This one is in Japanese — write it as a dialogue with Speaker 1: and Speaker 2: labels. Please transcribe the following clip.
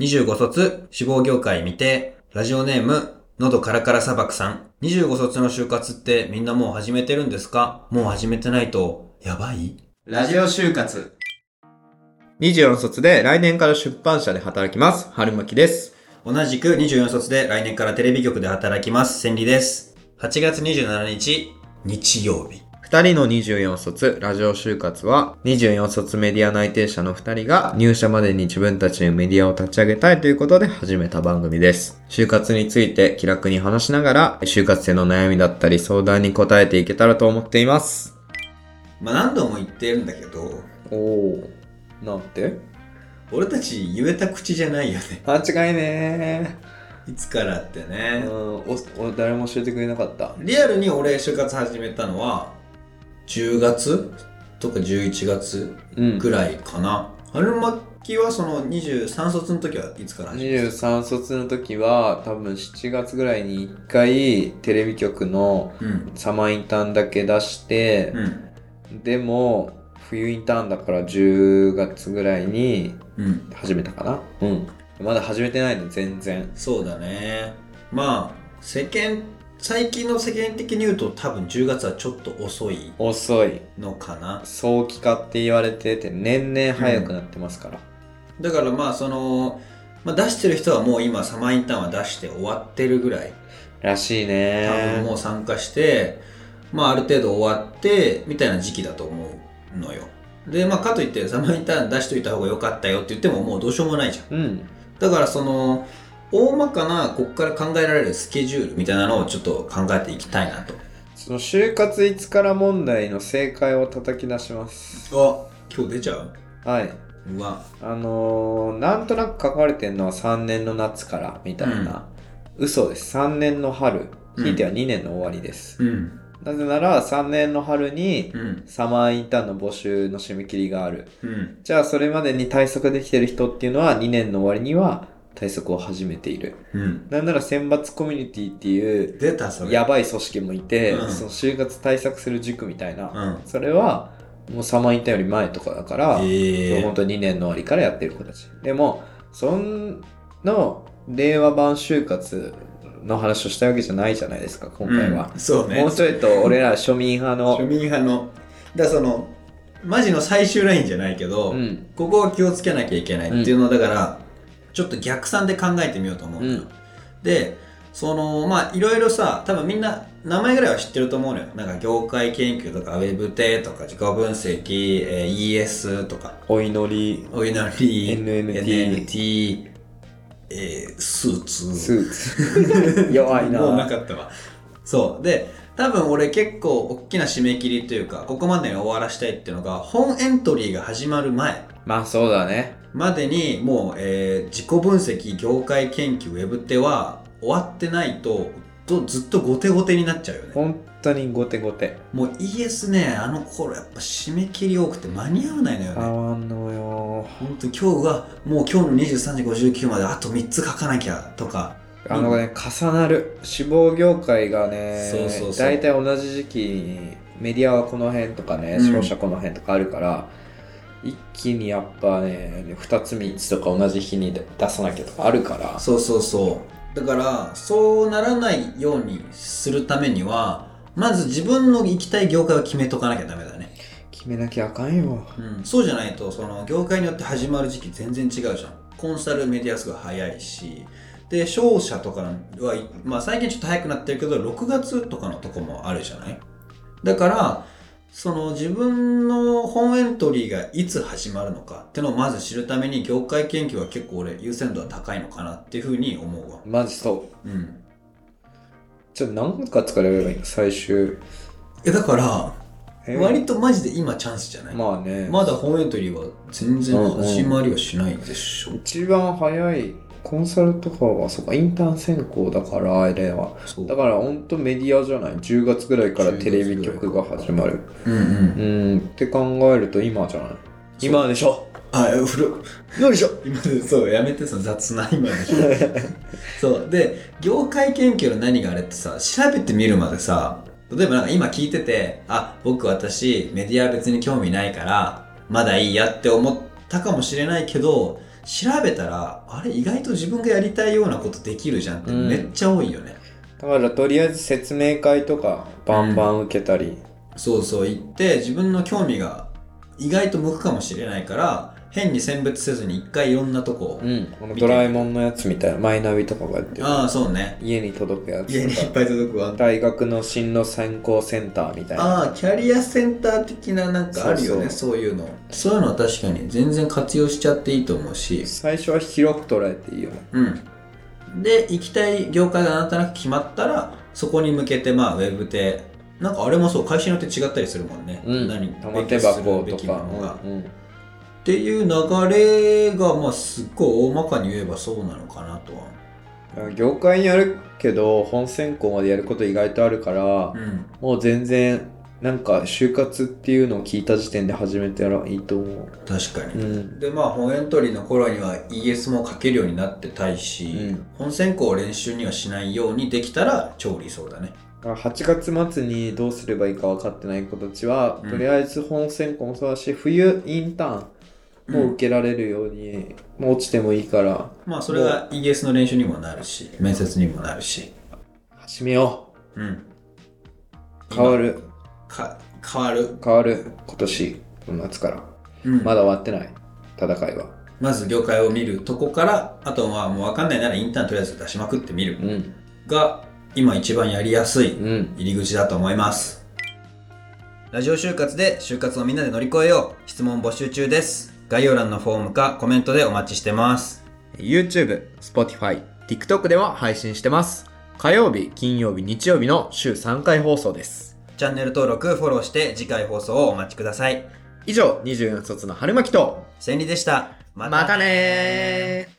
Speaker 1: 25卒、志望業界未定、ラジオネーム、喉カラカラ砂漠さん。25卒の就活ってみんなもう始めてるんですかもう始めてないと、やばい
Speaker 2: ラジオ就活。
Speaker 3: 24卒で来年から出版社で働きます。春巻です。
Speaker 1: 同じく24卒で来年からテレビ局で働きます。千里です。8月27日、日曜日。
Speaker 3: 二人の24卒ラジオ就活は24卒メディア内定者の二人が入社までに自分たちのメディアを立ち上げたいということで始めた番組です。就活について気楽に話しながら就活生の悩みだったり相談に答えていけたらと思っています。
Speaker 1: まあ何度も言ってるんだけど、
Speaker 3: おお、なんて
Speaker 1: 俺たち言えた口じゃないよね。
Speaker 3: 間違いね
Speaker 1: いつからって
Speaker 3: ー
Speaker 1: ね。
Speaker 3: ん、お、誰も教えてくれなかった。
Speaker 1: リアルに俺就活始めたのは、10月とか11月
Speaker 3: うん
Speaker 1: ぐらいかな。春巻きはその23卒の時はいつから始めた
Speaker 3: 23卒の時は多分7月ぐらいに1回テレビ局の
Speaker 1: うん。
Speaker 3: サマーインターンだけ出して
Speaker 1: う、ん。
Speaker 3: でも冬インターンだから10月ぐらいに
Speaker 1: うん。
Speaker 3: 始めたかなうんまだ始めてないの全然
Speaker 1: そうだね。まあ、世間、最近の世間的に言うと多分10月はちょっと遅い
Speaker 3: 遅い
Speaker 1: のかな。
Speaker 3: 早期化って言われてて年々早くなってますから、
Speaker 1: だからまあその、まあ、出してる人はもう今サマーインターンは出して終わってるぐらい。
Speaker 3: らしい
Speaker 1: 多分
Speaker 3: ね
Speaker 1: もう参加して、まあ、ある程度終わってみたいな時期だと思うのよでまあかといってサマーインターン出しといた方が良かったよって言ってももうどうしようもないじゃん
Speaker 3: うん
Speaker 1: だからその大まかなこっから考えられるスケジュールみたいなのをちょっと考えていきたいなと
Speaker 3: その就活いつから問題の正解を叩き出します
Speaker 1: あ今日出ちゃう
Speaker 3: はいう
Speaker 1: わ
Speaker 3: あのー、なんとなく書かれてるのは3年の夏からみたいな、嘘です3年の春
Speaker 1: うん
Speaker 3: ひいては2年の終わりです、
Speaker 1: うん
Speaker 3: なぜなら3年の春に
Speaker 1: うん
Speaker 3: サマーインターンの募集の締め切りがある
Speaker 1: うん
Speaker 3: じゃあそれまでに対策できてる人っていうのは2年の終わりには対策を始めている
Speaker 1: うん
Speaker 3: なんなら選抜コミュニティっていう
Speaker 1: 出たそれ
Speaker 3: やばい組織もいて、
Speaker 1: うん
Speaker 3: その就活対策する塾みたいな、
Speaker 1: うん
Speaker 3: それはもうサマーインターンより前とかだから、
Speaker 1: ええ
Speaker 3: 本当2年の終わりからやってる子たちでもその令和版就活の話をしたいわけじゃないじゃないですか今回は、
Speaker 1: うんそうね
Speaker 3: もうちょいと俺ら庶民派
Speaker 1: 庶
Speaker 3: の、
Speaker 1: 民派のだからそのマジの最終ラインじゃないけど、
Speaker 3: うん
Speaker 1: ここは気をつけなきゃいけないっていうのをだから、ちょっと逆算で考えてみようと思う、
Speaker 3: うん
Speaker 1: でそのまあいろいろさ多分みんな名前ぐらいは知ってると思うのよなんか業界研究とかウェブテとか自己分析、えー ES とか
Speaker 3: お祈り
Speaker 1: お祈り
Speaker 3: NNT
Speaker 1: NNT えースーツ
Speaker 3: スーツ 弱いな
Speaker 1: もうなかったわそうで多分俺結構大きな締め切りというかここまでに終わらしたいっていうのが本エントリーが始まる前
Speaker 3: まあそうだね
Speaker 1: までにもう、えー自己分析業界研究ウェブテは終わってないとどずっと後手後手になっちゃうよね
Speaker 3: 本当に後手後手
Speaker 1: もう ES ねあの頃やっぱ締め切り多くて間に合わないのよ
Speaker 3: あ
Speaker 1: ね
Speaker 3: わんのよ
Speaker 1: 本当に今日はもう今日の23時59まであと3つ書かなきゃとか
Speaker 3: あのね、重なる志望業界がね
Speaker 1: そうそうそう
Speaker 3: 大体同じ時期にメディアはこの辺とかね
Speaker 1: うん
Speaker 3: 商社この辺とかあるから、一気にやっぱね2つ3つとか同じ日に出さなきゃとかあるから
Speaker 1: そうそうそうだからそうならないようにするためにはまず自分の行きたい業界を決めとかなきゃダメだね
Speaker 3: 決めなきゃあかんよ
Speaker 1: うん、そうじゃないとその業界によって始まる時期全然違うじゃんコンサルメディアすごい早いしで商社とかは、まあ、最近ちょっと早くなってるけど6月とかのとこもあるじゃないだからその自分の本エントリーがいつ始まるのかってのをまず知るために業界研究は結構俺優先度は高いのかなっていうふうに思うわ
Speaker 3: マジそう
Speaker 1: うん
Speaker 3: ちょっと何月からやればいいの最終
Speaker 1: えだから
Speaker 3: えー
Speaker 1: 割とマジで今チャンスじゃない、
Speaker 3: まあね、
Speaker 1: まだ本エントリーは全然始まりはしないでしょ、
Speaker 3: 一番早いコンサルとかはそうかインターン選考だからあれは
Speaker 1: そう
Speaker 3: だから本当メディアじゃない10月ぐらいからテレビ局が始まる
Speaker 1: うんうん
Speaker 3: うんって考えると今じゃない今でしょ
Speaker 1: あ、古っ
Speaker 3: よいしょ
Speaker 1: 今で、そう、やめて、その雑な今 でしょ。そう。で、業界研究の何があれってさ、調べてみるまでさ、例えばなんか今聞いてて、あ、僕私、メディア別に興味ないから、まだいいやって思ったかもしれないけど、調べたらあれ意外と自分がやりたいようなことできるじゃんって
Speaker 3: うん
Speaker 1: めっちゃ多いよね、
Speaker 3: だからとりあえず説明会とかバンバン受けたり、
Speaker 1: そうそう行って自分の興味が意外と向くかもしれないから変に選別せずに一回いろんなとこ、
Speaker 3: うん、このドラえもんのやつみたいなマイナビとかがやってる
Speaker 1: ああそうね
Speaker 3: 家に届くや
Speaker 1: 家にい
Speaker 3: つ
Speaker 1: っ
Speaker 3: とか
Speaker 1: ぱい届くわ
Speaker 3: 大学の進路参考センターみたいな
Speaker 1: ああキャリアセンター的ななんかあるよねそういうのそういうのは確かに全然活用しちゃっていいと思うし
Speaker 3: 最初は広く捉えていいよね
Speaker 1: うんで行きたい業界がなんとなく決まったらそこに向けてまあウェブでなんかあれもそう会社によって違ったりするもんね、
Speaker 3: うん
Speaker 1: 何
Speaker 3: 玉手
Speaker 1: 勉強する
Speaker 3: 箱
Speaker 1: べ
Speaker 3: と
Speaker 1: きも
Speaker 3: か
Speaker 1: のが、
Speaker 3: うんうん
Speaker 1: っていう流れがまあすっごい大まかに言えばそうなのかなとは
Speaker 3: 業界にやるけど本選考までやること意外とあるから、
Speaker 1: うん
Speaker 3: もう全然なんか就活っていうのを聞いた時点で始めたらいいと思
Speaker 1: 確か
Speaker 3: う、う
Speaker 1: に、
Speaker 3: ん、
Speaker 1: でまあ本エントリーの頃には ES も書けるようになってたいし、
Speaker 3: うん
Speaker 1: 本選考を練習にはしないようにできたら超理想だね
Speaker 3: 8月末にどうすればいいか分かってない子たちは、
Speaker 1: うん
Speaker 3: とりあえず本選考もそうだし冬インターンも
Speaker 1: うん
Speaker 3: 受けられるように、もう落ちてもいいから
Speaker 1: まあそれが ES の練習にもなるし面接にもなるし
Speaker 3: 始めよ
Speaker 1: うん
Speaker 3: う変わる
Speaker 1: か変わる、
Speaker 3: 変わる今年この夏から
Speaker 1: うん
Speaker 3: ま
Speaker 1: ま
Speaker 3: だ終わってない戦いは
Speaker 1: ず業界を見るとこからあとはもう分かんないならインターンとりあえず出しまくってみる
Speaker 3: うん
Speaker 1: が今一番やりやすい
Speaker 3: うん
Speaker 1: 入り口だと思いますラジオ就活で就活をみんなで乗り越えよう質問募集中です概要欄のフォームかコメントでお待ちしてます
Speaker 3: YouTube、Spotify、TikTok では配信してます火曜日、金曜日、日曜日の週3回放送です
Speaker 1: チャンネル登録フォローして次回放送をお待ちください
Speaker 3: 以上24卒の春巻きと
Speaker 1: 千里でしたま
Speaker 3: またねー